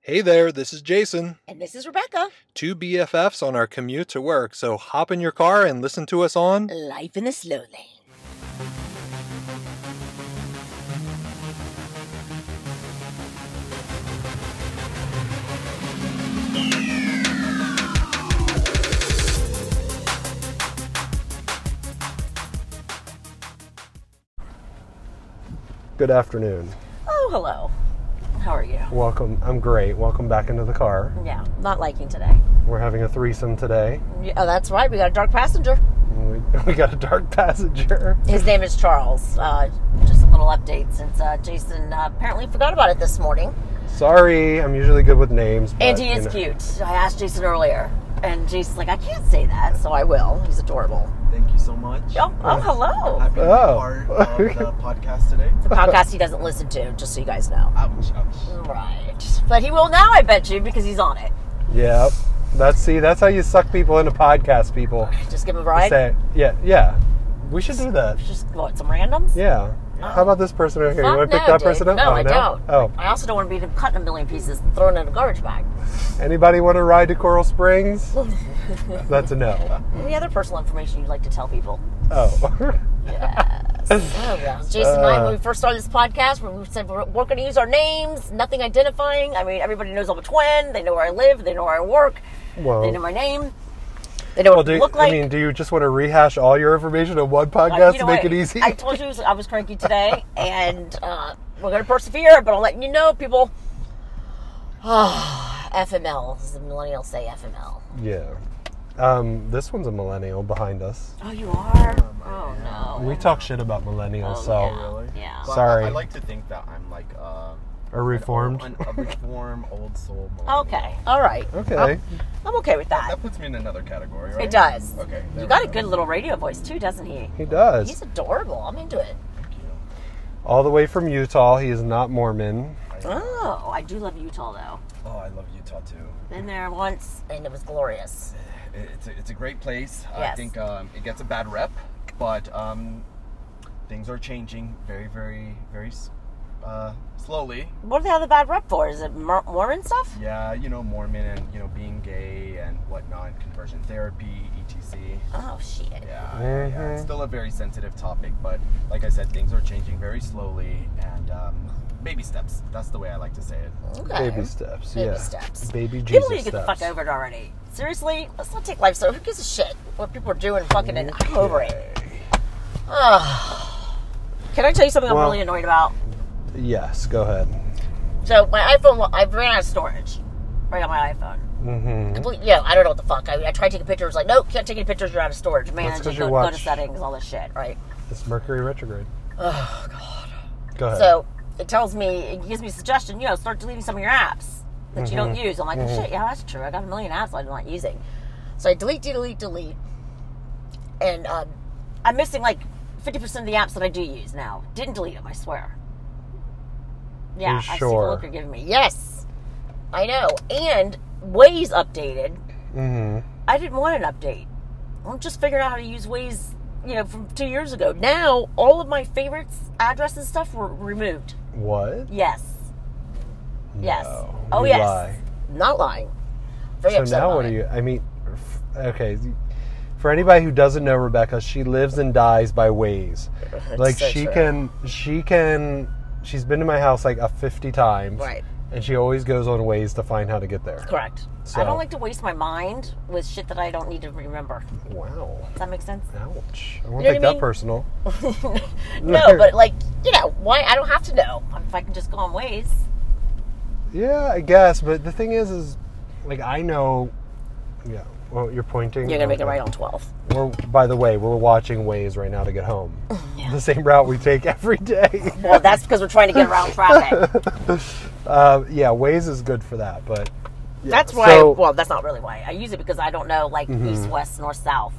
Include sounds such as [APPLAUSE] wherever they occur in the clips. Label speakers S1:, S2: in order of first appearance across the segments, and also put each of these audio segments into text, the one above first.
S1: Hey there, this is Jason.
S2: And this is Rebecca.
S1: Two BFFs on our commute to work, so hop in your car and listen to us on.
S2: Life in the slow lane.
S3: Good afternoon.
S2: Oh, hello. How are you?
S3: Welcome. I'm great. Welcome back into the car.
S2: Yeah, not liking today.
S3: We're having a threesome today. [LAUGHS]
S2: Yeah, Oh, that's right. We got a dark passenger.
S3: We, we got a dark passenger.
S2: His name is Charles. Uh, just a little update since uh, Jason uh, apparently forgot about it this morning.
S3: Sorry, I'm usually good with names. But,
S2: And he
S3: you
S2: is
S3: know.
S2: cute. I asked Jason earlier, and Jason's like, I can't say that, so I will. He's adorable.
S4: Thank you so much.
S2: Oh, oh hello.
S4: Happy to be
S3: Oh.
S4: part
S3: [LAUGHS]
S4: of the podcast today.
S2: It's a podcast he doesn't listen to, just so you guys know.
S4: Ouch, ouch.
S2: Right. But he will now, I bet you, because he's on it.
S3: Yep. That's see. That's how you suck people into podcast people.
S2: Just give him a ride.
S3: Say yeah, yeah. We should do that.
S2: Just what, some randoms?
S3: Yeah. How about this person over here?
S2: Fuck
S3: you want to pick
S2: no,
S3: that person
S2: dude.
S3: up?
S2: No,
S3: oh,
S2: I
S3: no?
S2: don't.
S3: Oh.
S2: I also don't want to be cut in a million pieces and thrown in a garbage bag.
S3: Anybody want to ride to Coral
S2: [LAUGHS]
S3: Springs? That's a no.
S2: Any other personal information you'd like to tell people?
S3: Oh. [LAUGHS]
S2: Yes. oh, yeah. Jason and
S3: Uh.
S2: I, when we first started this podcast, we said we're, we're going to use our names, nothing identifying. I mean, everybody knows I'm a twin. They know where I live. They know where I work.
S3: Whoa.
S2: They know my name. They know what
S3: Oh. Well,
S2: I
S3: do,
S2: look like.
S3: I mean, do you just want to rehash all your information on one podcast
S2: you
S3: to
S2: know
S3: make
S2: what?
S3: it easy?
S2: I told you I was cranky
S3: [LAUGHS]
S2: today, and uh, we're going to persevere, but I'm letting you know, people. [SIGHS] FML, as the millennials say FML.
S3: yeah. Um, this one's a millennial behind us.
S2: Oh, you are? Oh, no.
S3: Um, We talk shit about millennials,
S2: Oh,
S3: so
S2: yeah.
S4: Really?
S2: Yeah.
S4: But
S3: Sorry.
S4: I, I like to think that I'm like uh,
S3: are reformed.
S4: an, a reform old soul. Millennial.
S2: Okay. All right.
S3: Okay.
S2: I'm, I'm okay with that.
S4: That puts me in another category, right?
S2: It does.
S4: Okay. there
S2: You
S4: we
S2: got a good little radio voice too, doesn't he?
S3: he does.
S2: He's adorable. I'm into it.
S3: all the way from Utah. He is not Mormon.
S2: Oh, I do love Utah though.
S4: Oh, I love Utah too.
S2: Been there once and it was glorious.
S4: It, it's, a, it's a great place. I
S2: Yes.
S4: think um, it gets a bad rep, but um, things are changing very, very, very s- uh, slowly.
S2: What do they have the bad rep for? Is it Mor- Mormon stuff?
S4: Yeah, you know, Mormon and you know being gay and whatnot, conversion therapy, E etc.
S2: Oh shit.
S4: Yeah,
S3: Uh-huh.
S4: yeah, yeah. It's still a very sensitive topic, but like I said, things are changing very slowly and um, baby steps. That's the way I like to say it.
S2: Okay.
S3: Baby steps.
S2: Baby
S3: yeah.
S2: steps.
S3: Baby Jesus
S2: People need to get the
S3: steps.
S2: fuck over it already. Seriously, let's not take life so. Who gives a shit what people are doing? Fucking, and I'm over it. Ugh. Can I tell you something I'm
S3: Well-
S2: really annoyed about?
S3: Yes. Go ahead.
S2: So my iPhone, I ran out of storage. Right on my iPhone.
S3: Mm-hmm.
S2: Well, yeah, I don't know what the fuck. I, I tried taking pictures. Like, nope, can't take any pictures. You're out of storage. Man,
S3: That's 'cause
S2: just
S3: your
S2: go, go to
S3: watch-
S2: settings, all this shit, right?
S3: It's Mercury retrograde.
S2: Oh god.
S3: Go ahead.
S2: So it tells me, it gives me a suggestion. You know, start deleting some of your apps that you don't use. I'm like, oh, shit, yeah, that's true. I got a million apps I'm not using. So I delete, delete, delete, and um, I'm missing like 50% of the apps that I do use now. Didn't delete them, I swear. Yeah,
S3: You're
S2: I see the
S3: sure?
S2: look you're giving me. Yes, I know. And Waze updated.
S3: mm-hmm.
S2: I didn't want an update. I'm just figuring out how to use Waze, you know, from two years ago. Now, all of my favorites, addresses, and stuff were removed.
S3: What?
S2: Yes. Yes.
S3: No,
S2: oh,
S3: you
S2: yes.
S3: lie.
S2: Not lying. Very
S3: So
S2: upset
S3: now
S2: about
S3: what
S2: it.
S3: are you? I mean, f- okay. For anybody who doesn't know Rebecca, she lives and dies by
S2: [LAUGHS]
S3: ways. Like
S2: so
S3: she
S2: true.
S3: can, she can. She's been to my house like a fifty times,
S2: Right.
S3: And she always goes on ways to find how to get there.
S2: Correct. I
S3: So-
S2: don't like to waste my mind with shit that I don't need to remember.
S3: Wow.
S2: Does that
S3: [LAUGHS]
S2: make sense?
S3: Ouch. I won't
S2: You know what I
S3: take that
S2: mean?
S3: personal.
S2: no, but like, you know, why? I don't have to know. If I can just go on Waze.
S3: Yeah, I guess. But the thing is, is like I know. Yeah. Well, you're pointing.
S2: You're going to make it
S3: Okay.
S2: right on 12.
S3: We're, by the way, we're watching Waze right now to get home.
S2: [LAUGHS] Yeah.
S3: The same route we take every
S2: [LAUGHS]
S3: day.
S2: Well, that's because we're trying to
S3: [LAUGHS]
S2: get around traffic.
S3: Uh, yeah, Waze is good for that, but yeah,
S2: That's why.
S3: so- Mm-hmm.
S2: well, that's not really why. I use it because I don't know like east, west, north, south.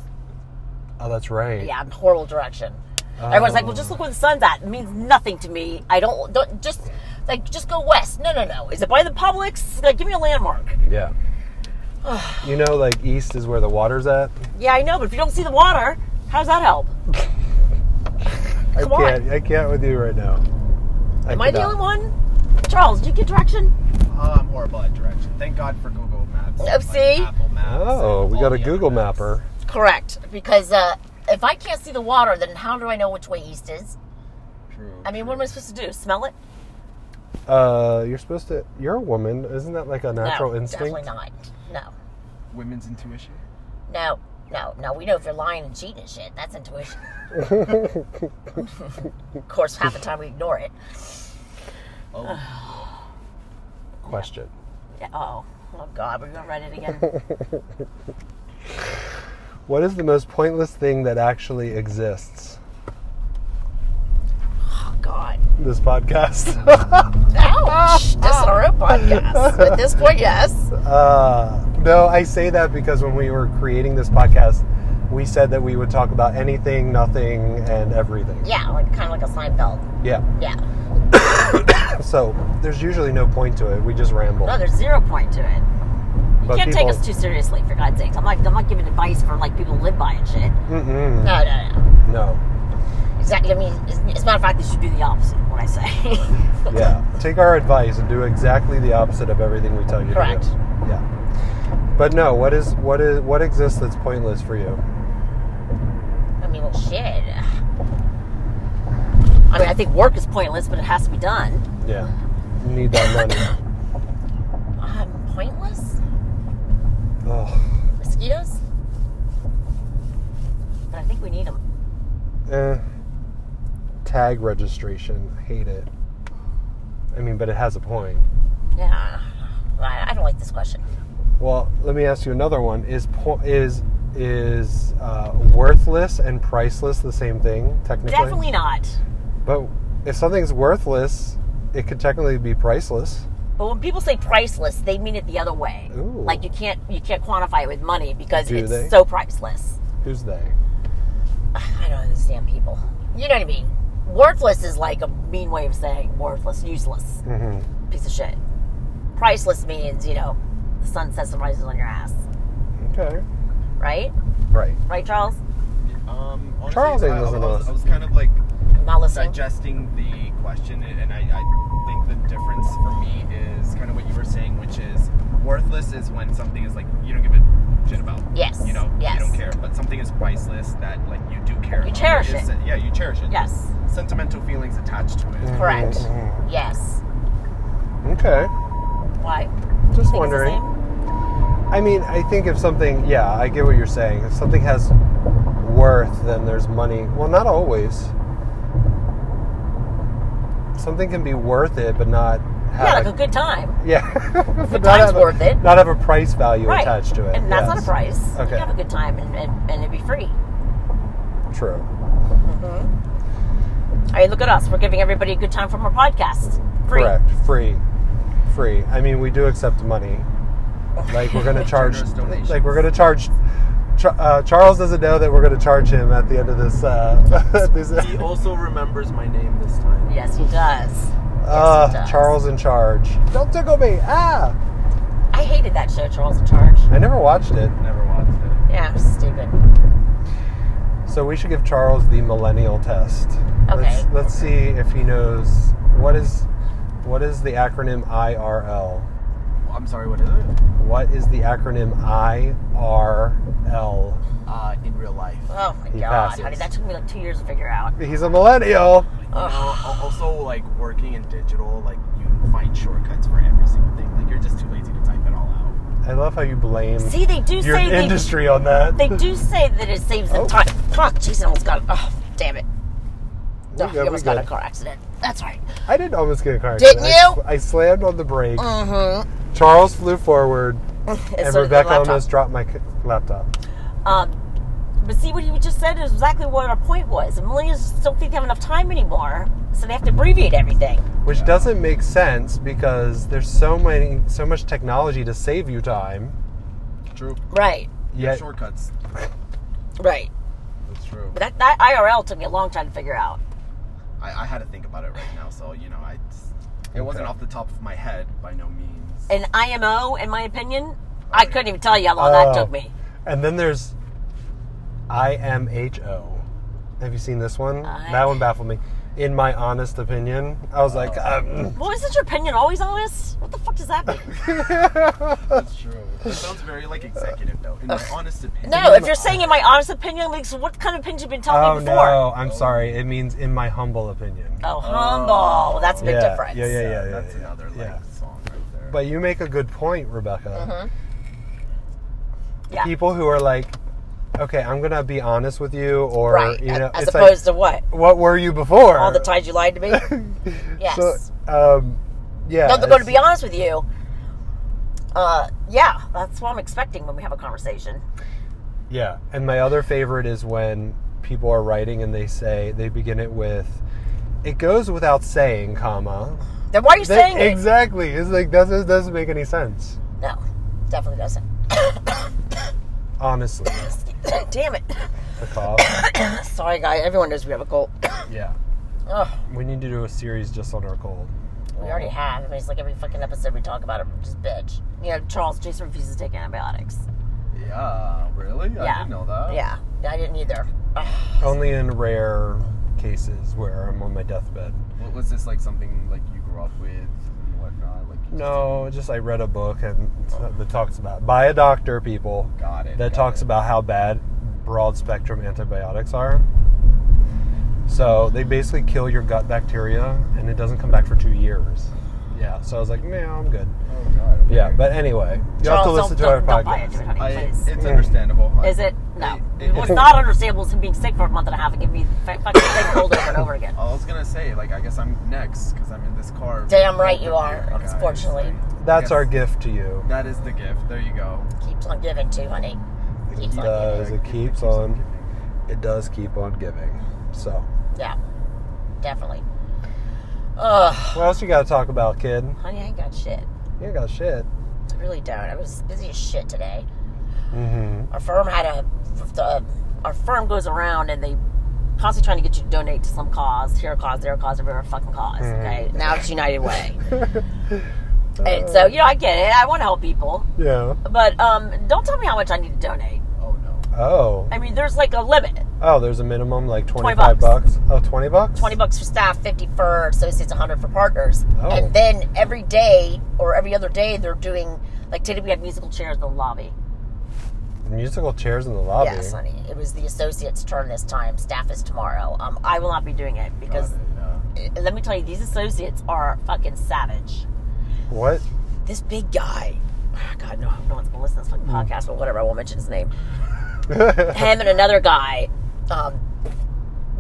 S3: oh, that's right.
S2: Yeah, I'm horrible direction. Everyone's like, "Well, just look where the sun's at." It means nothing to me. I don't, don't just like just go west. No, no, no. Is it by the Publix? Like, give me a landmark. [SIGHS]
S3: Yeah. you know, like east is where the water's at.
S2: Yeah, I know, but if you don't see the water, how does that help?
S3: I
S2: Come on.
S3: can't. I can't with you right now.
S2: Am I the only one? Charles, do you get direction?
S4: Um, or horrible at direction. Thank God for Google Maps.
S2: Oh,
S4: and, like,
S2: see?
S4: Apple Maps.
S3: Oh,
S4: and
S3: we
S4: all
S3: got a
S4: the other
S3: Google
S4: maps.
S3: mapper.
S2: Correct, because uh, if I can't see the water, then how do I know which way east is?
S4: True.
S2: I mean, what am I supposed to do? Smell it?
S3: Uh, you're supposed to. You're a woman, isn't that like a natural
S2: no,
S3: instinct?
S2: Definitely not. No,
S4: Women's intuition.
S2: no, no, no. We know if you're lying and cheating and shit. That's
S3: [LAUGHS]
S2: intuition. of course, half the time we ignore it.
S4: [SIGHS] Oh,
S3: Question.
S2: Yeah, oh, oh God, we're gonna write
S3: [LAUGHS]
S2: it again.
S3: What is the most pointless thing that actually exists?
S2: Oh God.
S3: This
S2: [LAUGHS]
S3: podcast. Oh.
S2: Ouch! This is our own
S3: [LAUGHS]
S2: podcast. At this point, yes.
S3: uh, no, I say that because when we were creating this podcast, we said that we would talk about anything, nothing, and everything.
S2: Yeah, like kind of like a Seinfeld.
S3: Yeah.
S2: Yeah.
S3: So there's usually no point to it. We just ramble.
S2: No, there's zero point to it. You
S3: But
S2: can't
S3: people-
S2: take us too seriously, for God's sakes. I'm not. I'm not giving advice for like people to live by and shit.
S3: Mm-mm.
S2: No, no, no.
S3: No.
S2: Exactly. I mean, as, as a matter of fact, you should do the opposite of what I say. [LAUGHS]
S3: Yeah. Take our advice and do exactly the opposite of everything we tell you
S2: Correct.
S3: to do. Yeah. But no, what is what is what exists that's pointless for you?
S2: I mean, well, shit. I mean, I think work is pointless, but it has to be done.
S3: Yeah. You need that money.
S2: Um, pointless?
S3: oh.
S2: Mosquitoes? But I think we need them.
S3: Eh. Tag registration. Hate it. I mean, but it has a point.
S2: Yeah. I, I don't like this question.
S3: Well, let me ask you another one. Is po- is is uh, worthless and priceless the same thing technically?
S2: Definitely not.
S3: But if something's worthless, it could technically be priceless.
S2: But when people say priceless, they mean it the other way.
S3: Ooh.
S2: Like you can't you can't quantify it with money because
S3: Do
S2: it's
S3: they?
S2: so priceless. [SIGHS]
S3: Who's they?
S2: I don't understand people. You know what I mean? Worthless is like a mean way of saying worthless, useless,
S3: hmm
S2: piece of shit. Priceless means you know the sun sets and rises on your ass,
S3: Okay.
S2: right?
S3: Right.
S2: Right, Charles?
S4: Um, honestly,
S3: Charles ain't
S4: I, I
S3: listening to
S4: was-
S3: us.
S4: I was kind of like
S2: I'm not listening.
S4: digesting the question, and and I, I think the difference for me is kind of what you were saying, which is worthless is when something is like you don't give a shit about.
S2: Yes,
S4: You know,
S2: yes.
S4: you don't care. But something is priceless that like you do care.
S2: You
S4: about.
S2: cherish
S4: It's-
S2: it.
S4: Yeah, you cherish it.
S2: Yes.
S4: Sentimental feelings attached to it.
S2: Correct.
S3: Mhm.
S2: Yes.
S3: Okay.
S2: Why?
S3: Just
S2: Think it's the
S3: wondering.
S2: same?
S3: I mean, I think if something, yeah, I get what you're saying. If something has worth, then there's money. Well, not always. Something can be worth it, but not have.
S2: Yeah, like a good time.
S3: yeah. [LAUGHS] but
S2: time's
S3: have a-
S2: worth it.
S3: Not have a price value
S2: right.
S3: attached to it.
S2: And that's
S3: yes.
S2: not a price. You
S3: Okay.
S2: can have a good time and, and, and it'd be free.
S3: True. Mm-hmm.
S2: All right, look at us. We're giving everybody a good time from our podcast. Free.
S3: Correct. Free. Free. I mean, we do accept money.
S2: [LAUGHS]
S3: Like we're gonna charge.
S4: Generous donations.
S3: Like we're gonna charge. Char- Uh, Charles doesn't know that we're gonna charge him at the end of this. Uh, [LAUGHS] this
S4: Mm. He
S3: [LAUGHS]
S4: also remembers my name this time.
S2: Yes, he does.
S3: Ah,
S2: does.
S3: Charles in charge. Don't tickle me. Ah!
S2: I hated that show, Charles in Charge.
S3: I never watched it,
S4: Never watched it.
S2: Yeah, it was stupid.
S3: so we should give Charles the millennial test. Let's,
S2: Okay.
S3: let's see if he knows what is what is the acronym IRL.
S4: I'm sorry. What is it?
S3: What is the acronym IRL?
S4: Uh, in real life.
S2: Oh my
S3: He
S2: god,
S3: passes.
S2: honey, that took me like two years to figure out.
S3: He's a millennial.
S4: You know,
S3: [GASPS]
S4: al- also like working in digital, like you find shortcuts for every single thing. Like you're just too lazy to type it all out.
S3: I love how you blame
S2: See, they do
S3: your
S2: say they,
S3: industry on that. [LAUGHS]
S2: they Oh, do say that it saves them
S3: Oh.
S2: time. Fuck, jeez, I almost got it. Oh, damn it.
S3: We
S2: Oh,
S3: good,
S2: you
S3: we
S2: almost got in
S3: good.
S2: a car accident. That's right.
S3: I didn't almost get a car.
S2: Didn't
S3: accident. I,
S2: you?
S3: I slammed on the brake.
S2: Mm-hmm.
S3: Charles flew forward, and Rebecca almost dropped my c- laptop.
S2: Um, but see, what you just said is exactly what our point was. And millennials just don't think they have enough time anymore, so they have to abbreviate everything.
S3: which doesn't make sense because there's so many so much technology to save you time
S4: True.
S2: Right,
S3: yet
S4: Shortcuts.
S2: right.
S4: That's true.
S2: But that, that IRL took me a long time to figure out.
S4: I, I had to think about it right now, so you know, I just, it wasn't
S3: Okay.
S4: off the top of my head by no means.
S2: An IMO, in my opinion, I couldn't even tell you how long that
S3: Oh.
S2: took me.
S3: and then there's imho have you seen this one
S2: I-
S3: that one baffled me in my honest opinion, I was like, um,
S2: Well, isn't your opinion always on this? What the fuck does
S3: [LAUGHS]
S2: that mean?
S4: That's true. That sounds very like executive though. In my honest opinion.
S2: no, if you're saying in my honest opinion, like, so what kind of opinion have you been telling
S3: oh
S2: me before?
S3: no, I'm sorry. It means in my humble opinion.
S2: Oh, humble. Well, that's a big
S3: yeah, [LAUGHS]
S2: difference.
S3: yeah, yeah, yeah,
S4: that's
S3: yeah,
S4: another like
S3: yeah.
S4: song right there.
S3: But you make a good point, Rebecca.
S2: Mm-hmm. Yeah.
S3: People who are like, okay, I'm gonna be honest with you, or
S2: right.
S3: you know,
S2: as
S3: it's like,
S2: opposed to what?
S3: what were you before?
S2: All the times you lied to me?
S3: [LAUGHS]
S2: yes.
S3: So, um, yeah.
S2: no, but to
S3: it's-
S2: be honest with you, uh, yeah, that's what I'm expecting when we have a conversation.
S3: Yeah. And my other favorite is when people are writing and they say they begin it with it goes without saying, comma.
S2: Then why are you
S3: That-
S2: saying it?
S3: exactly. It's like that doesn't, doesn't make any sense.
S2: No, definitely doesn't. [COUGHS]
S3: Honestly.
S2: Damn it.
S3: The cough.
S2: Sorry, guy. Everyone knows we have a cold.
S3: yeah.
S2: [COUGHS] Ugh,
S3: We need to do a series just on our cold.
S2: we already have. I mean, it's like every fucking episode we talk about it. We're just bitch. You know, Charles Jason refuses to take antibiotics.
S4: yeah, really? I
S2: yeah.
S4: didn't know that.
S2: Yeah. I didn't either. Ugh.
S3: Only in rare cases where I'm on my deathbed.
S4: What was this like something like you grew up with and whatnot? Like you
S3: No, just I read a book and that talks about by a doctor, people.
S4: just got it.
S3: that
S4: got
S3: talks
S4: it.
S3: about how bad broad spectrum antibiotics are. So they basically kill your gut bacteria and it doesn't come back for two years. Yeah. So I was like, no, I'm good.
S4: Oh god. okay.
S3: Yeah. But anyway, you have to
S2: Charles,
S3: listen to
S2: don't,
S3: our
S2: don't, don't buy into it,
S3: podcast.
S2: honey,
S4: I,
S2: please.
S4: it's understandable. I-
S2: Is it? No.
S4: It- it-
S2: What's not understandable is him being sick for a month and a half and giving me the fucking same cold over and over again.
S4: I was gonna say, like, I guess I'm next because I'm in this car.
S2: Damn right you
S4: over here,
S2: are,
S4: guys.
S2: unfortunately.
S4: Like,
S3: That's our
S4: yes,
S3: gift to you.
S4: That is the gift. There you go.
S2: Keeps on giving too, honey. Keeps on
S3: Uh,
S2: giving.
S3: as it
S4: Like,
S3: keeps on- It does keep on giving. So,
S2: Yeah. Definitely. Ugh.
S3: what else you got to talk about, kid?
S2: Honey, I ain't got shit.
S3: You ain't got shit.
S2: I really don't. I was busy as shit today.
S3: Mm-hmm.
S2: Our firm had a. The, our firm goes around and they constantly trying to get you to donate to some cause, here a cause, there a cause, everywhere a fucking cause. Okay, now it's United Way, and so you know I get it. I want to help people,
S3: Yeah.
S2: but um, don't tell me how much I need to donate.
S4: Oh no.
S3: Oh.
S2: I mean, there's like a limit.
S3: Oh, there's a minimum like 25
S2: bucks.
S3: bucks. Oh, 20 bucks?
S2: 20 bucks for staff, 50 for associates, 100 for partners.
S3: Oh.
S2: And then every day or every other day, they're doing, like today we had musical chairs in the lobby.
S3: Musical chairs in the lobby.
S2: Yes, honey. It was the associates' turn this time. Staff is tomorrow. Um, I will not be doing it
S4: Got
S2: because
S4: it, yeah.
S2: uh, let me tell you, these associates are fucking savage.
S3: What? [LAUGHS]
S2: This big guy, ah, God, no, no one's going to listen to this fucking podcast, but whatever, I won't mention his name.
S3: Oh
S2: him and another guy. Um,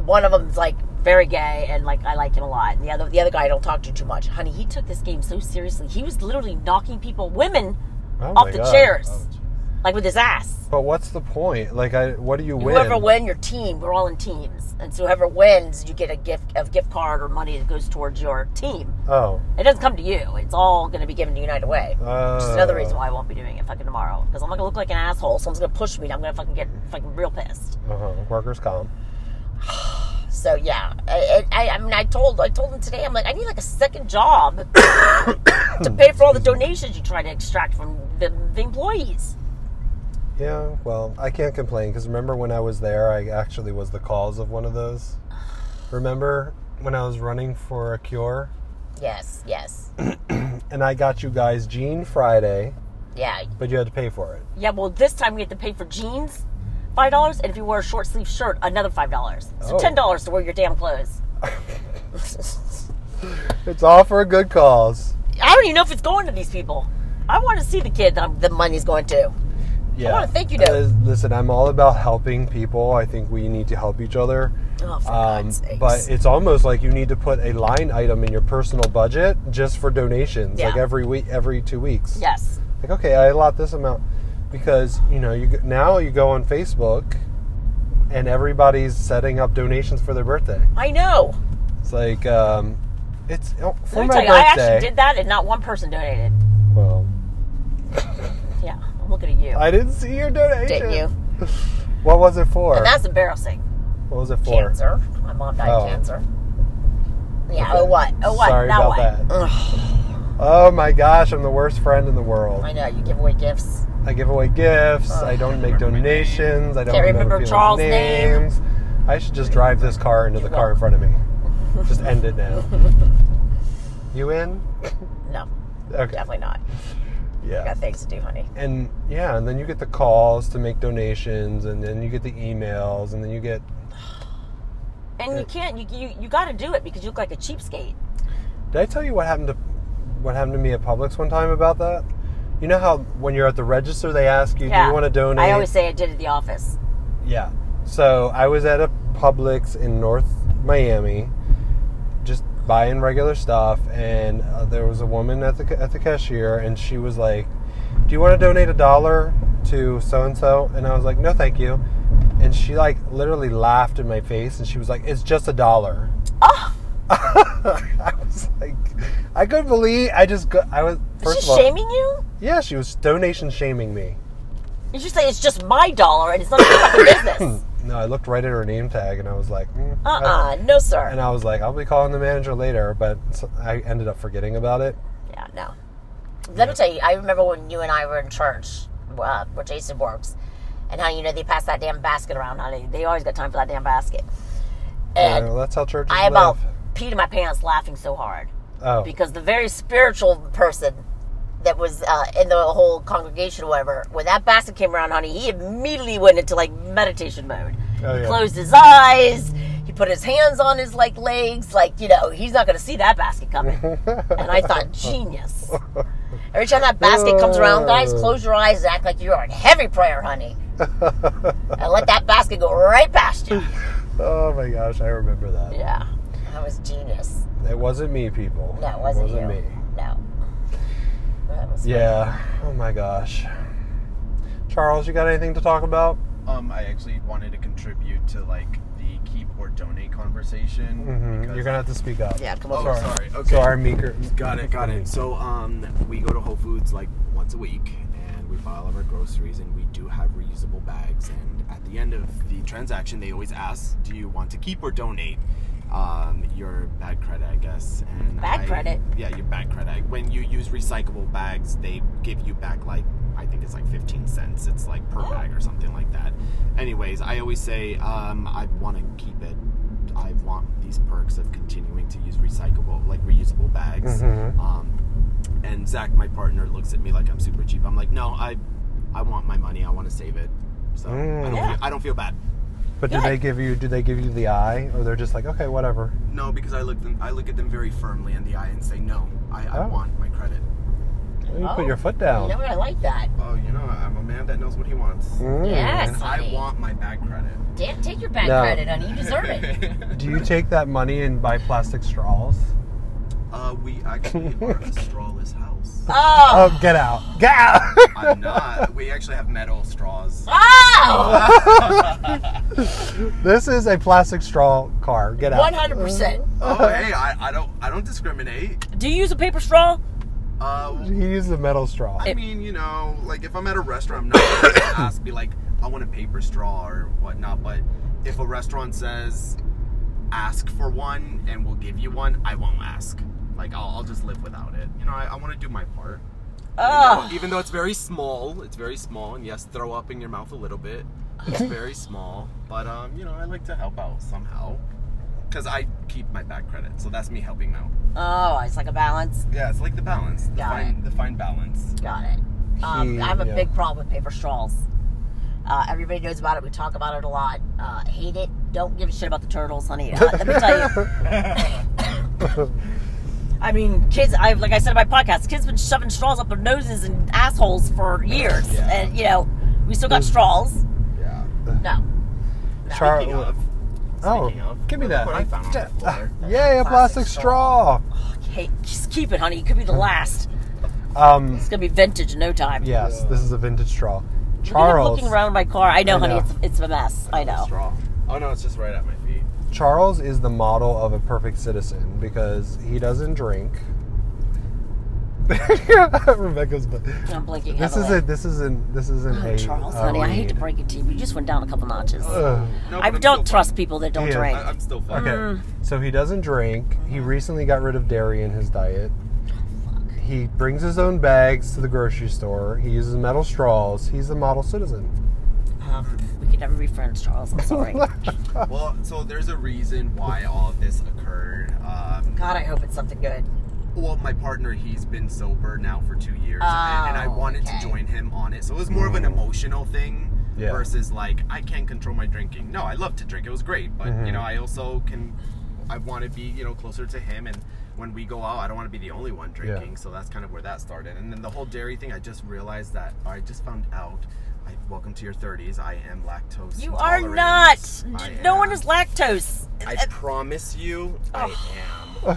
S2: one of them's like very gay, and like I like him a lot. And the other, the other guy, I don't talk to too much. Honey, he took this game so seriously. He was literally knocking people, women,
S3: Oh my
S2: off the
S3: God.
S2: chairs,
S4: Oh, geez.
S2: like with his ass.
S3: But what's the point? Like, I what do you win?
S2: Whoever wins your team, we're all in teams, and so whoever wins, you get a gift, a gift card, or money that goes towards your team.
S3: Oh,
S2: It doesn't come to you. It's all going to be given to United Way. Which is another
S3: Oh.
S2: reason why I won't be doing it fucking tomorrow. Because I'm not going to look like an asshole. Someone's going to push me and I'm going to fucking get fucking real pissed.
S3: uh-huh. workers' comp.
S2: So yeah, I, I, I mean, I told I told him today. I'm like, I need like a second job [COUGHS] to pay for all the donations you try to extract from the, the employees.
S3: Yeah, well, I can't complain because remember when I was there, I actually was the cause of one of those. Remember when I was running for a cure,
S2: Yes, yes,
S3: and I got you guys Gene Friday,
S2: yeah,
S3: but you had to pay for it.
S2: yeah. Well, this time we had to pay for jeans, five dollars, and if you wore a short sleeve shirt, another five dollars. So
S3: Oh.
S2: ten dollars to wear your damn clothes. [LAUGHS]
S3: It's all for a good cause.
S2: I don't even know if it's going to these people. I want to see the kid that I'm, the money's going to.
S3: Yeah.
S2: wanna thank you, Dad.
S3: listen, I'm all about helping people. I think we need to help each other.
S2: Oh, for
S3: Um,
S2: God's sakes.
S3: but it's almost like you need to put a line item in your personal budget just for donations, like
S2: Yeah.
S3: every week, every two weeks.
S2: yes,
S3: Like, okay, I allot this amount because you know you go- now you go on Facebook, and everybody's setting up donations for their birthday.
S2: I know.
S3: It's like, um, it's oh, for
S2: Let me
S3: my
S2: tell you,
S3: birthday.
S2: I actually did that, and not one person donated.
S3: Well,
S2: Yeah, I'm looking at you.
S3: I didn't see your donation.
S2: Didn't you?
S3: What was it for?
S2: And that's embarrassing.
S3: what was it for?
S2: Cancer. My mom died
S3: Oh.
S2: of cancer. Yeah.
S3: Okay.
S2: Oh what? Oh what?
S3: Sorry
S2: now
S3: about
S2: what?
S3: that.
S2: Ugh,
S3: Oh my gosh, I'm the worst friend in the world.
S2: I know you give away gifts.
S3: I give away gifts.
S2: Ugh.
S3: I don't make donations. I don't
S2: Can't remember
S3: people's
S2: Charles' name. [LAUGHS]
S3: names. I should just drive this car into the car in front of me. Just end it now. you in?
S2: No,
S3: Okay.
S2: definitely not. I
S3: Yeah.
S2: got things to do, honey.
S3: And yeah, and then you get the calls to make donations, and then you get the emails, and then you get
S2: And you can't. You you, you got to do it because you look like a cheapskate.
S3: Did I tell you what happened to what happened to me at Publix one time about that? You know how when you're at the register they ask you, "Do you want to donate?"
S2: I always say I did at the office.
S3: yeah. So I was at a Publix in North Miami, just buying regular stuff, and uh, there was a woman at the ca- at the cashier, and she was like, "Do you want to donate a dollar to so and so?" And I was like, "No, thank you." And she like literally laughed in my face, and she was like, "It's just a dollar."
S2: Oh,
S3: [LAUGHS] I was like, I couldn't believe I just got. I was
S2: is
S3: first
S2: she
S3: of all,
S2: shaming you?
S3: yeah, she was donation shaming me.
S2: You should say it's just my dollar and it's not
S3: [COUGHS]
S2: your fucking business.
S3: No, I looked right at her name tag and I was like, mm,
S2: Uh uh
S3: I-
S2: no sir.
S3: and I was like, I'll be calling the manager later, but so- I ended up forgetting about it.
S2: Yeah, no. Let me tell you, I remember when you and I were in church, uh, where Jason works, and how you know they pass that damn basket around, honey. They always got time for that damn basket. And
S3: Uh, that's how churches
S2: I
S3: live.
S2: about peed in my pants laughing so hard
S3: oh,
S2: because the very spiritual person that was uh, in the whole congregation, or whatever, when that basket came around, honey, he immediately went into like meditation mode.
S3: Oh,
S2: he
S3: yeah.
S2: closed his eyes. He put his hands on his like legs, like you know, he's not going to see that basket coming. and I thought, genius. Every time that basket comes around, guys, close your eyes and act like you're in heavy prayer, honey, and let that basket go right
S3: [LAUGHS]
S2: past you.
S3: [LAUGHS] oh my gosh, I remember that.
S2: Yeah, that was genius.
S3: It wasn't me, people.
S2: No, it
S3: it
S2: wasn't,
S3: wasn't
S2: you.
S3: me.
S2: No. That was
S3: Yeah. Oh my gosh. Charles, you got anything to talk about?
S4: Um, I actually wanted to contribute to like the keep or donate conversation.
S3: hmm
S4: because-
S3: You're gonna have to speak up.
S2: Yeah, come
S4: Oh,
S2: on.
S4: sorry. Okay.
S3: So our meeker.
S4: Got it, got it. So um, we go to Whole Foods like once a week, and we buy all of our groceries, and we do have reusable bags. And at the end of the transaction, they always ask, "Do you want to keep or donate um, your bag credit?" I guess. And
S2: Bag
S4: I-
S2: credit?
S4: Yeah, your bag credit. When you use recyclable bags, they give you back like I think it's like fifteen cents. It's like per
S2: Oh.
S4: bag or something like that. Anyways, I always say um, I want to keep it. I want these perks of continuing to use recyclable, like reusable bags.
S3: Mhm.
S4: Um, and Zach, my partner, looks at me like I'm super cheap. I'm like, no, I, I want my money. I want to save it. So I, don't
S3: Mm.
S4: feel, I don't feel bad.
S3: But do
S2: Yeah.
S3: they give you do they give you the eye or they're just like okay whatever?
S4: No, because I look them, I look at them very firmly in the eye and say, no, I, I
S3: Oh.
S4: want my credit.
S3: You
S2: Oh.
S3: put your foot
S2: You
S3: down.
S2: know what? I like that.
S4: Oh, you know, I'm a man that knows what he wants.
S3: Mm.
S2: Yes,
S4: And I
S2: honey.
S4: want my bag credit.
S2: Dan, take your bag
S3: No.
S2: credit, honey. You
S3: [LAUGHS]
S2: deserve it.
S3: Mm. Do you take that money and buy plastic straws?
S4: uh, we
S3: [LAUGHS]
S4: actually are a strawless house.
S2: Oh.
S3: Oh, get out! Get out! [LAUGHS]
S4: I'm not. We actually have metal straws.
S2: Oh!
S3: [LAUGHS]
S2: [LAUGHS]
S3: this is a plastic straw car. Get out!
S2: 100%.
S4: Oh, hey, I, I don't I don't discriminate.
S2: Do you use a paper straw?
S4: Uh,
S3: He used the metal straw.
S4: I mean, you know, like if I'm at a restaurant, I'm not going to [COUGHS] ask, be like, I want a paper straw or whatnot. But if a restaurant says, ask for one and we'll give you one, I won't ask. Like, I'll, I'll just live without it. You know, I, I want to do my part.
S2: Oh.
S4: Even, though, even though it's very small, it's very small. And yes, throw up in your mouth a little bit. It's very small. But, um, you know, I like to help out somehow. Because I keep my back credit. So that's me helping out.
S2: Oh, it's like a balance.
S4: Yeah, it's like the balance. The,
S2: Got
S4: fine, the fine balance.
S2: Got it. Um,
S3: He-
S2: I have a
S3: yeah.
S2: big problem with paper straws. Uh, everybody knows about it. We talk about it a lot. Uh, hate it. Don't give a shit about the turtles, honey. Uh, let me tell you.
S3: [LAUGHS]
S2: I mean, kids. I like I said in my podcast, kids been shoving straws up their noses and assholes for years,
S4: Yeah.
S2: and you know, we still got straws.
S4: Yeah.
S2: No,
S3: Char-
S4: Speaking of,
S3: oh,
S4: Speaking of,
S3: give me
S4: look
S3: that! uh,
S4: what I found on the floor.
S3: [LAUGHS] Yay, a plastic
S2: Plastic
S3: straw.
S2: hey, just keep it, honey. You could be the last.
S3: Um,
S2: It's gonna be vintage in no time.
S3: yes, this is a vintage straw.
S2: Look at him
S3: Charles,
S2: looking around my car. I know,
S3: I
S2: honey.
S3: know.
S2: It's it's a mess. I know.
S4: Straw. Oh no, it's just right at my feet.
S3: Charles is the model of a perfect citizen because he doesn't drink. [LAUGHS] Rebecca's. bu-
S2: I'm blinking.
S3: This
S2: heavily.
S3: isn't. This isn't. This isn't
S2: Oh,
S3: a.
S2: Charles,
S3: uh,
S2: honey. I hate to
S3: read.
S2: break it to you, but you just went down a couple notches.
S3: Ugh.
S4: Uh, No,
S2: I
S4: but I'm
S2: don't
S4: still
S2: trust people that don't
S3: He is.
S4: fine.
S2: drink.
S4: I, am still fine.
S3: Okay,
S2: Mm.
S3: so he doesn't drink. He recently got rid of dairy in his diet.
S2: Oh,
S3: He brings his own bags to the grocery store. He uses metal straws. He's a model citizen.
S2: Um, we could never be friends, Charles. I'm
S4: [LAUGHS]
S2: sorry. [LAUGHS] God,
S4: Well, so there's a reason why all of this occurred. Um,
S2: I hope it's something good.
S4: well, my partner, he's been sober now for two years, and, and I
S2: Oh,
S4: wanted
S2: okay.
S4: to join him on it. So it was more of an emotional thing
S3: Yeah.
S4: versus like I can't control my drinking. No, I love to drink; it was great, but you know, I also can. I want to be you know closer to him, and when we go out, I don't want to be the only one drinking. So that's kind of where that started. And then the whole dairy thing, I just realized that or I just found out. I, welcome to your 30s. I am lactose.
S2: You are
S4: intolerant.
S2: not.
S4: I
S2: No one
S4: am.
S2: is lactose.
S4: I
S2: Uh,
S4: promise you, I am.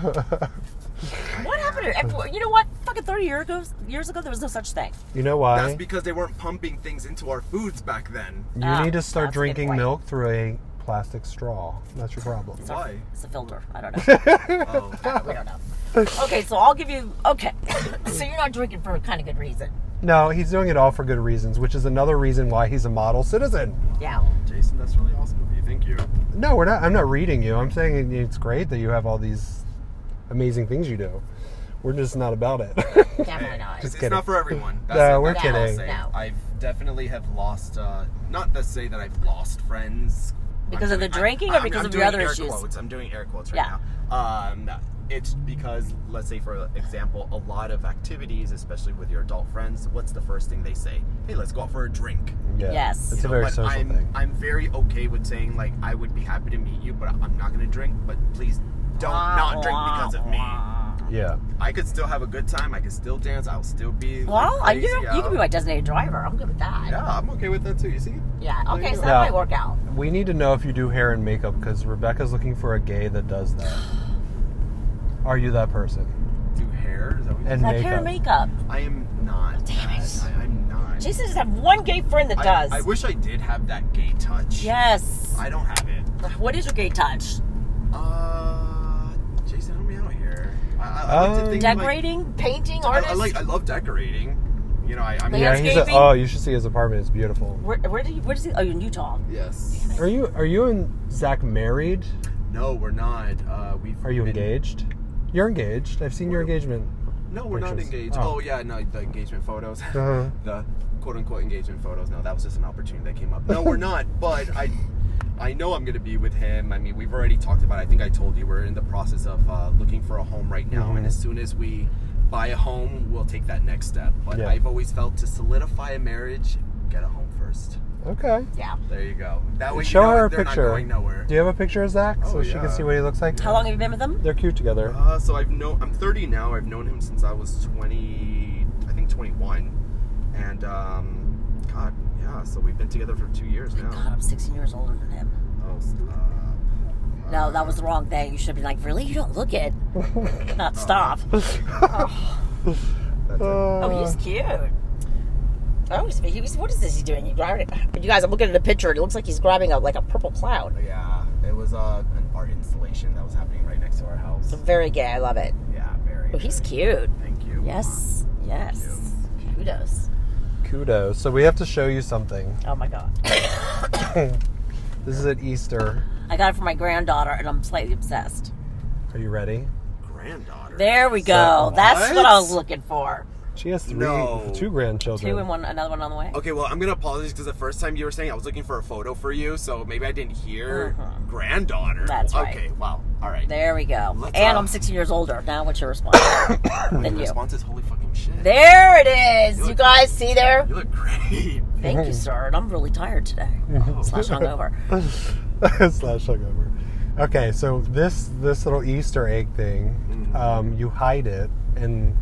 S2: What happened? To, everyone- you know what? Fucking thirty years ago, years ago, there was no such thing.
S3: You know why?
S4: That's because they weren't pumping things into our foods
S3: [LAUGHS]
S4: back then.
S3: you
S2: Ah,
S3: need to
S2: that's
S3: start
S2: a good
S3: drinking
S2: point.
S3: milk through a plastic straw. That's your problem.
S2: It's a-
S4: Why?
S2: It's a filter. I don't
S4: [LAUGHS]
S2: know.
S4: Oh,
S2: we don't know.
S4: [LAUGHS]
S2: Okay, so I'll give you. Okay, [COUGHS] so you're not drinking for a kind of good reason.
S3: No, he's doing it all for good reasons, which is another reason why he's a model citizen.
S2: Yeah.
S4: Jason, that's really awesome of you. Thank you.
S3: No, we're not. I'm not reading you. I'm saying it's great that you have all these amazing things you do. We're just not about it. [LAUGHS]
S2: Definitely not.
S3: Just
S4: It's, it's
S3: kidding.
S4: not for everyone. That's
S3: No,
S4: it.
S3: we're
S4: That's all I'll
S3: kidding.
S4: say.
S2: No.
S4: I've definitely have lost. Uh, not to say that I've lost friends
S2: Because
S4: I'm
S2: of the
S4: doing-
S2: drinking or
S4: I'm-
S2: because
S4: I'm
S2: of your
S4: doing
S2: other
S4: air
S2: issues?
S4: Quotes. I'm doing air quotes right
S2: Yeah.
S4: now. Um, it's because, let's say, for example, a lot of activities, especially with your adult friends, what's the first thing they say? Hey, let's go out for a drink.
S3: yeah.
S2: Yes.
S3: It's a
S4: You know,
S3: very
S4: but
S3: social
S4: I'm,
S3: thing.
S4: I'm very okay with saying like I would be happy to meet you, but I'm not gonna drink. But please don't not drink because of me.
S3: yeah.
S4: I could still have a good time. I could still dance. I'll still be. like,
S2: Well, I,
S4: crazy
S2: you you can be
S4: out.
S2: my designated driver. I'm good with that.
S4: Yeah, I'm okay with that too. You see?
S2: Yeah.
S4: There
S2: Okay,
S4: you
S2: so
S4: go.
S2: that
S3: Yeah.
S2: might work out.
S3: We need to know if you do hair and makeup because Rebecca's looking for a gay that does
S4: [SIGHS]
S3: that. Are you that person?
S4: Do hair? Is that what you
S3: And
S4: said?
S2: Like hair and makeup.
S4: I am not.
S2: Damn it.
S4: I, am not.
S2: Jason does have one gay friend that
S4: I,
S2: does.
S4: I wish I did have that gay touch.
S2: yes.
S4: I don't have it.
S2: What is your gay touch?
S4: Uh, Jason, help me out here. I, I, I like to
S3: Um,
S4: think like-
S2: Decorating, painting,
S4: I,
S2: artist.
S4: I like. I love decorating. You know, I, I'm.
S2: Yeah,
S3: Yeah, he's a,
S2: Landscaping?
S3: oh, you should see his apartment. It's beautiful.
S2: where, where do you? Where does he? Oh, you're in Utah.
S4: Yes.
S3: Are you are you and Zach married?
S4: No, we're not. Uh, we've.
S3: Are you
S4: been-
S3: engaged? You're engaged. I've seen your
S4: We're-
S3: engagement.
S4: No, we're not
S3: Pictures.
S4: engaged.
S3: Oh.
S4: Oh. yeah, no, the engagement photos, [LAUGHS]
S3: Uh-huh.
S4: the quote unquote engagement photos. No, that was just an opportunity that came up. No, we're not. But I, I know I'm gonna be with him. I mean, we've already talked about. it. I think I told you we're in the process of uh, looking for a home right now,
S3: Mm-hmm.
S4: and as soon as we buy a home, we'll take that next step. But
S3: Yeah.
S4: I've always felt to solidify a marriage, get a home first.
S3: Okay.
S2: Yeah.
S4: There you go. That way,
S3: Show
S4: you know
S3: her a
S4: they're
S3: picture.
S4: Not going nowhere.
S3: Do you have a picture of Zach so
S4: Oh,
S3: she
S4: yeah.
S3: can see what he looks like?
S2: How long have you been with them?
S3: They're cute together.
S4: Uh, so I've known I'm 30 now. I've known him since I was 20, I think 21, and um, God, yeah. So we've been together for two years
S2: God,
S4: now.
S2: I'm 16 years older than him.
S4: Oh, stop.
S2: No, that was the wrong thing. You should be like, really? You don't look it. Not stop.
S4: That's
S3: Uh,
S4: it.
S2: Oh, he's cute. Oh, he's, he was, what is this he's doing? He grabbed it. You guys, I'm looking at a picture. It looks like he's grabbing a like a purple cloud.
S4: Yeah, it was uh, an art installation that was happening right next to our house.
S2: Very gay. I love it.
S4: Yeah, very.
S2: Oh, he's
S4: good.
S2: cute.
S4: Thank you.
S2: Yes. Yes. Kudos.
S3: Kudos. So we have to show you something. [LAUGHS]
S2: Oh my [COUGHS] god.
S3: This is at Easter.
S2: I got it for my granddaughter, and I'm slightly obsessed.
S3: Are you ready?
S4: Granddaughter.
S2: There we go.
S3: So-
S2: That's what
S4: What?
S2: I was looking for.
S3: She has three,
S4: No.
S3: two grandchildren.
S2: Two and one, another one on the way.
S4: Okay, well, I'm gonna apologize because the first time you were saying I was looking for a photo for you, so maybe I didn't hear
S2: Uh-huh.
S4: granddaughter.
S2: That's right.
S4: Okay, wow. All right.
S2: There we go.
S4: Let's,
S2: and
S4: uh,
S2: I'm 16 years older. Now, what's your response? than
S4: The
S2: you.
S4: response is holy fucking shit.
S2: There it is. You
S4: look-
S2: guys see there?
S4: You look [LAUGHS] great.
S2: Thank you, sir. And I'm really tired today. [LAUGHS] Slash hungover.
S3: [LAUGHS] Slash hungover. Okay, so this this little Easter egg thing,
S4: Mm-hmm.
S3: um, you hide it, and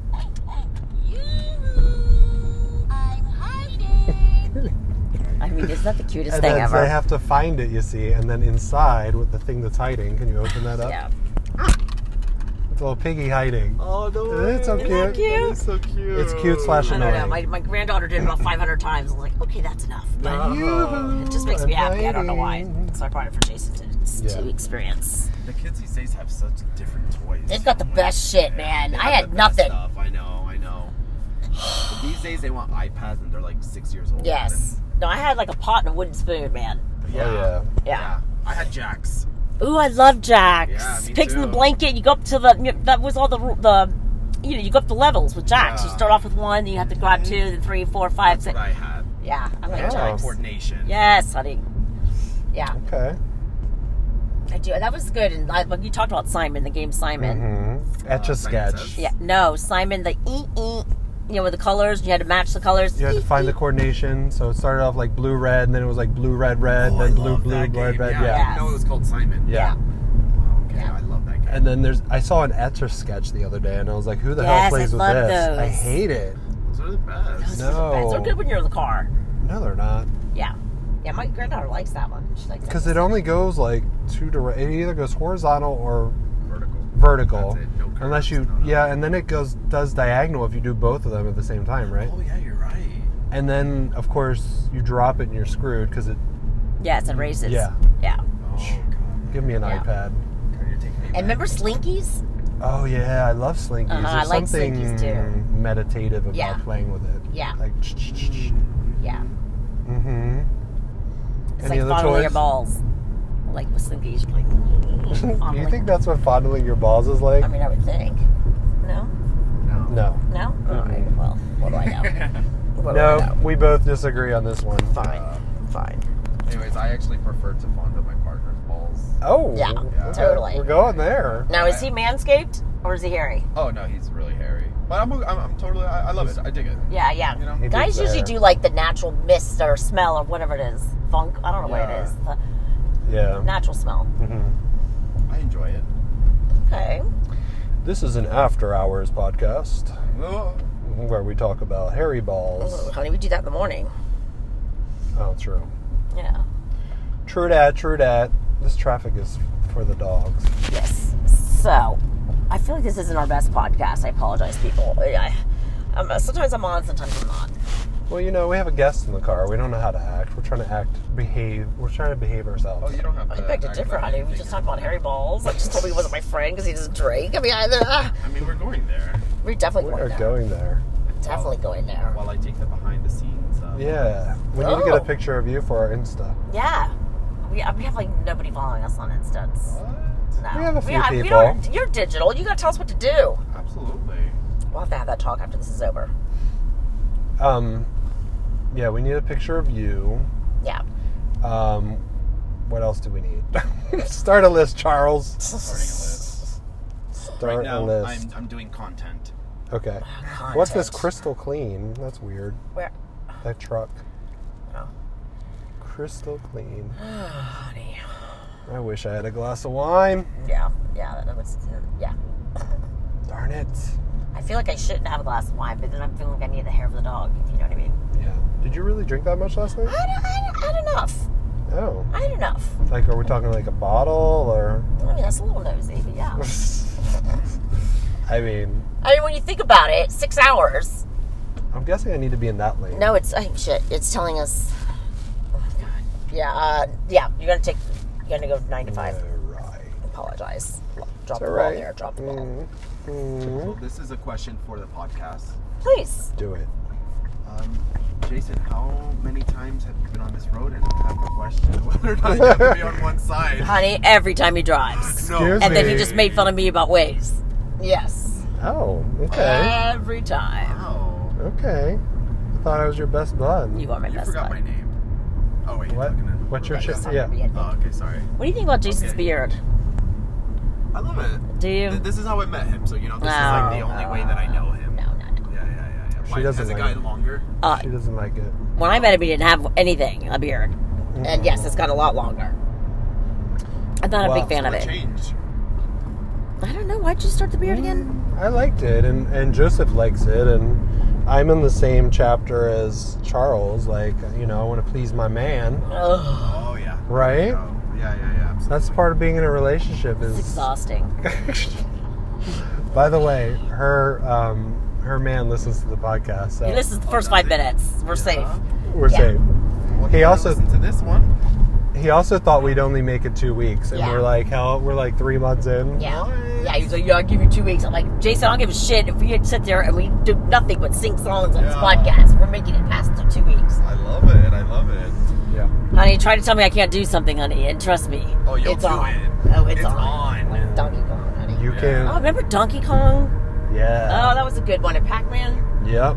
S2: I mean, isn't that the cutest
S3: and
S2: thing
S3: then
S2: ever?
S3: they have to find it. You see, and then inside with the thing that's hiding. Can you open that up?
S2: yeah.
S3: It's a little piggy hiding.
S4: Oh no!
S3: It's so
S4: way.
S3: cute.
S2: Isn't that
S4: That is so cute.
S3: It's cute slash-
S2: I don't know.
S3: Annoying.
S2: My, my granddaughter did it about 500 times. I was like, okay, that's enough. But
S3: Yoo-hoo,
S2: it just makes me
S3: I'm
S2: happy. I don't know why.
S3: hiding.
S2: So I brought it for Jason to, to
S3: Yeah.
S2: experience.
S4: The kids these days have such different toys.
S2: They've got the best shit, man.
S4: They
S2: I
S4: have
S2: had
S4: the best
S2: nothing.
S4: Stuff. I know. I know. But these days they want iPads and they're like six years old.
S2: Yes. No, I had like a pot and a wooden spoon, man.
S4: And-
S3: Oh,
S4: yeah.
S3: yeah.
S2: Yeah.
S4: Yeah. I had Jacks.
S2: Ooh, I love Jacks.
S4: Yeah, me
S2: Pigs in the
S4: too.
S2: blanket. You go up to the that was all the ru- the you know you go up the levels with Jacks. You
S4: Yeah.
S2: start off with one, then you have to grab two, then three, four, five,
S4: That's
S2: six.
S4: what I had.
S2: Yeah, I like
S3: Yeah.
S4: Jack
S2: Jacks.
S4: coordination.
S2: Yes, honey. Yeah,
S3: Okay.
S2: I do. That was good. And I, like you talked about Simon, the game Simon.
S3: Mm-hmm. Etch a
S4: Uh, Simon
S3: sketch.
S4: Says.
S2: Yeah, no, Simon, the e e, you know, with the colors, you had to match the colors. E,
S3: You had to find the coordination. So it started off like blue red, and then it was like blue red red,
S4: Oh, I
S3: then blue
S4: love
S3: blue
S4: that
S3: blue red
S4: game.
S3: red.
S4: Yeah, I
S3: Yeah.
S4: didn't know it was called Simon.
S3: yeah.
S4: Wow, okay, I love that game.
S3: And then there's I saw an etch a sketch the other day, and I was like, who the hell
S2: Yes,
S3: plays
S2: I
S3: with
S2: love
S3: this? I
S2: those.
S3: hate it.
S4: Those are the best.
S3: No.
S2: It's so good when you're in the car.
S3: No, they're not.
S2: Yeah, yeah. My granddaughter likes that one. She likes that
S3: Because
S2: one.
S3: it only goes like two direct. It either goes horizontal or
S4: Vertical.
S3: vertical,
S4: That's it, no curves,
S3: unless you
S4: no nothing.
S3: yeah, and then it goes does diagonal if you do both of them at the same time, right?
S4: Oh yeah, you're right.
S3: And then of course you drop it and you're screwed because it.
S2: Yes, and raises.
S3: Yeah.
S2: yeah.
S4: Oh god.
S3: Give me an
S2: Yeah.
S3: iPad.
S4: Okay, you're taking me
S2: And
S4: back.
S2: remember Slinkies?
S3: Oh yeah, I love Slinkies.
S2: Uh-huh, I
S3: There's
S2: like
S3: something
S2: Slinkies, too.
S3: meditative about
S2: Yeah.
S3: playing with it.
S2: Yeah.
S3: Like.
S2: Yeah,
S3: Mm-hmm.
S2: it's
S3: Any
S2: like
S3: other
S2: fondling your
S3: toys?
S2: balls, like with Slinkies.
S3: [LAUGHS]
S2: You're like,
S3: Do you
S2: fondling.
S3: think that's what fondling your balls is like?
S2: I mean, I would think. No,
S4: No.
S3: no.
S2: no. All right. Well, what do I
S3: [LAUGHS]
S2: know?
S4: [LAUGHS]
S2: What do I
S3: No,
S2: know?
S3: we both disagree on this one.
S2: Fine, fine.
S4: Anyways, I actually prefer to fondle my partner's balls.
S3: Oh.
S2: Yeah,
S3: okay.
S2: totally.
S3: We're going there.
S2: Now, is he manscaped or is he hairy?
S4: Oh no, he's really hairy. But I'm, I'm, I'm totally, I, I love it. I dig it.
S2: Yeah, yeah.
S4: You know?
S3: He
S2: Guys
S3: did
S2: usually
S3: there.
S2: do like the natural mist or smell or whatever it is. Funk. I don't know what
S4: Yeah.
S2: it is. The
S3: Yeah.
S2: natural smell.
S3: Mhm.
S4: I enjoy it.
S2: Okay.
S3: This is an after hours podcast
S4: Oh,
S3: where we talk about hairy
S2: Ooh,
S3: balls.
S2: honey, we do that in the morning.
S3: Oh, true.
S2: Yeah.
S3: True dat, true dat. This traffic is for the dogs.
S2: Yes. So, I feel like this isn't our best podcast. I apologize, people. I, I, um, sometimes I'm on, sometimes I'm not.
S3: Well, you know, we have a guest in the car. We don't know how to act. We're trying to act, behave. We're trying to behave
S4: oh,
S3: ourselves.
S4: you don't have
S2: I
S4: to.
S3: Uh,
S2: beg to
S4: act
S2: differ,
S4: about
S2: honey. We
S4: anything.
S2: just talked about hairy balls. I just told me he wasn't my friend because he doesn't drink. I mean, I, uh,
S4: I mean, we're going there.
S2: we're definitely
S3: we
S2: going
S3: are
S2: there.
S3: going there.
S2: Definitely going there.
S4: While I take the behind the scenes. Of
S3: Yeah. We need to get
S2: Oh.
S3: a picture of you for our Insta.
S2: Yeah. We, uh, we have like nobody following us on Insta. It's-
S4: What?
S2: No.
S3: We have a few
S2: we
S3: people.
S2: don't- you're digital. You gotta tell us what to do.
S4: Absolutely.
S2: We'll have to have that talk after this is over.
S3: Um, yeah, we need a picture of you.
S2: Yeah.
S3: Um, what else do we need? [LAUGHS] Start a list, Charles.
S4: Starting a list.
S3: Start
S4: right now,
S3: a list.
S4: I'm, I'm doing content.
S3: Okay.
S2: Content.
S3: What's this crystal clean? That's weird.
S2: Where?
S3: That truck.
S2: Oh,
S3: Crystal clean.
S2: honey.
S3: I wish I had a glass of wine.
S2: Yeah. Yeah. That was. Yeah.
S3: Darn it.
S2: I feel like I shouldn't have a glass of wine, but then I'm feeling like I need the hair for the dog. If you know what I mean.
S3: Yeah. Did you really drink that much last
S2: I
S3: night?
S2: had, I had, I had enough.
S3: Oh.
S2: I had enough.
S3: Like, are we talking like a bottle or? [LAUGHS]
S2: I mean, that's a little nosy, but yeah.
S3: I mean,
S2: I mean, when you think about it, six hours.
S3: I'm guessing I need to be in that lane.
S2: No, it's oh, shit. It's telling us. Oh my god. Yeah. Uh, yeah. You're gonna take. You're gonna go nine to five.
S3: Alright.
S2: Apologize. Drop
S3: It's
S2: the ball
S3: alright.
S2: there. Drop the ball.
S3: Mm. Mm.
S4: Well, this is a question for the podcast.
S2: Please.
S3: Do it.
S4: Um, Jason, how many times have you been on this road and have a question [LAUGHS] whether or not you have to be on one side?
S2: Honey, every time he drives.
S4: No.
S3: Excuse
S2: And then he
S3: me.
S2: just made fun of me about ways. Yes.
S3: Oh.
S4: Ah!
S3: Okay.
S2: Every time.
S4: Wow.
S3: Okay. I thought I was your best bud.
S2: You are my
S4: You
S2: best
S4: forgot
S2: bud.
S4: my name. Oh wait, you're
S3: What?
S4: talking to
S3: What's your
S4: Rebecca.
S3: shit?
S2: Sorry,
S3: Yeah.
S2: we had-
S4: Oh, okay, sorry.
S2: What do you think about Jason's
S4: Okay.
S2: beard?
S4: I love it.
S2: Do you?
S4: Th- This is how I met him, so you know this
S2: No.
S4: is like the only way that I know him.
S2: No, no, no.
S4: Yeah, yeah, yeah. yeah.
S3: She
S4: Why,
S3: doesn't
S4: has it
S3: like
S4: gotten
S3: it.
S4: longer?
S2: Uh,
S3: She doesn't like it.
S2: when I met him, he didn't have anything, a beard. And yes, it's got a lot longer. I'm not a
S3: Wow.
S2: big fan of
S4: What
S2: it.
S4: changed?
S2: I don't know. Why'd you start the beard again?
S3: I liked it, and, and Joseph likes it, and I'm in the same chapter as Charles. Like, you know, I want to please my man,
S2: Ugh,
S4: Oh yeah.
S3: right?
S4: Oh, yeah, yeah, yeah. Absolutely.
S3: That's part of being in a relationship.
S2: it's
S3: Is
S2: exhausting.
S3: [LAUGHS] by the way, her um, her man listens to the podcast, so
S2: This is the first five minutes. We're safe.
S3: we're
S2: yeah.
S3: safe.
S4: Well,
S3: He
S4: you gotta
S3: also-
S4: listen to this one.
S3: He also thought we'd only make it two weeks, and
S2: Yeah.
S3: we're like, hell, we're like three months in.
S2: Yeah.
S4: What?
S2: Yeah, he's like, yeah, I'll give you two weeks. I'm like, Jason, I don't give a shit if we could sit there and we do nothing but sing songs on this
S4: Yeah.
S2: podcast. We're making it past the two weeks.
S4: I love it. I love it.
S3: yeah.
S2: Honey, try to tell me I can't do something, honey, and trust me.
S4: Oh, you'll
S2: it's
S4: do
S2: on.
S4: it.
S2: Oh, it's,
S4: It's
S2: on.
S4: on.
S2: Like Donkey Kong, honey.
S3: You
S4: Yeah.
S3: can.
S2: Oh, remember Donkey Kong?
S3: Yeah.
S2: Oh, that was a good one. And Pac Man?
S3: Yep.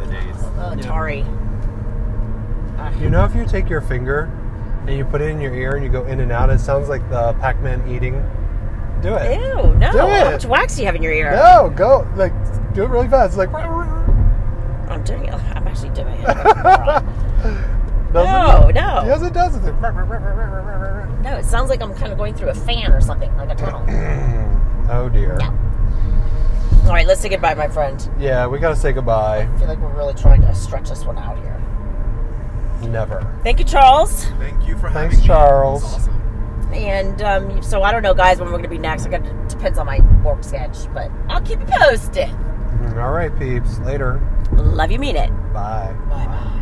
S4: The days.
S2: Oh, Atari. Ah.
S3: You know, if you take your finger and you put it in your ear and you go in and out. It sounds like the Pac-Man eating. Do it.
S2: Ew, no.
S3: Do
S2: How
S3: it.
S2: much wax do you have in your ear?
S3: No, go like do it really fast. It's like [LAUGHS]
S2: I'm doing it. I'm actually doing it.
S3: Does
S2: No,
S3: it?
S2: no.
S3: Yes, it does. It's like,
S2: No, it sounds like I'm kind of going through a fan or something, like a tunnel.
S3: [CLEARS THROAT] oh dear.
S2: Yeah. All right, let's say goodbye, my friend.
S3: Yeah, we gotta say goodbye.
S2: I feel like we're really trying to stretch this one out here.
S3: Never.
S2: Thank you, Charles.
S4: Thank you for having
S3: Thanks,
S4: me. It's
S3: Charles.
S4: awesome.
S2: And um, so I don't know, guys, when we're going to be next. I got depends on my work sketch, but I'll keep you posted.
S3: All right, peeps. Later.
S2: Love you, mean it.
S3: Bye.
S2: Bye bye.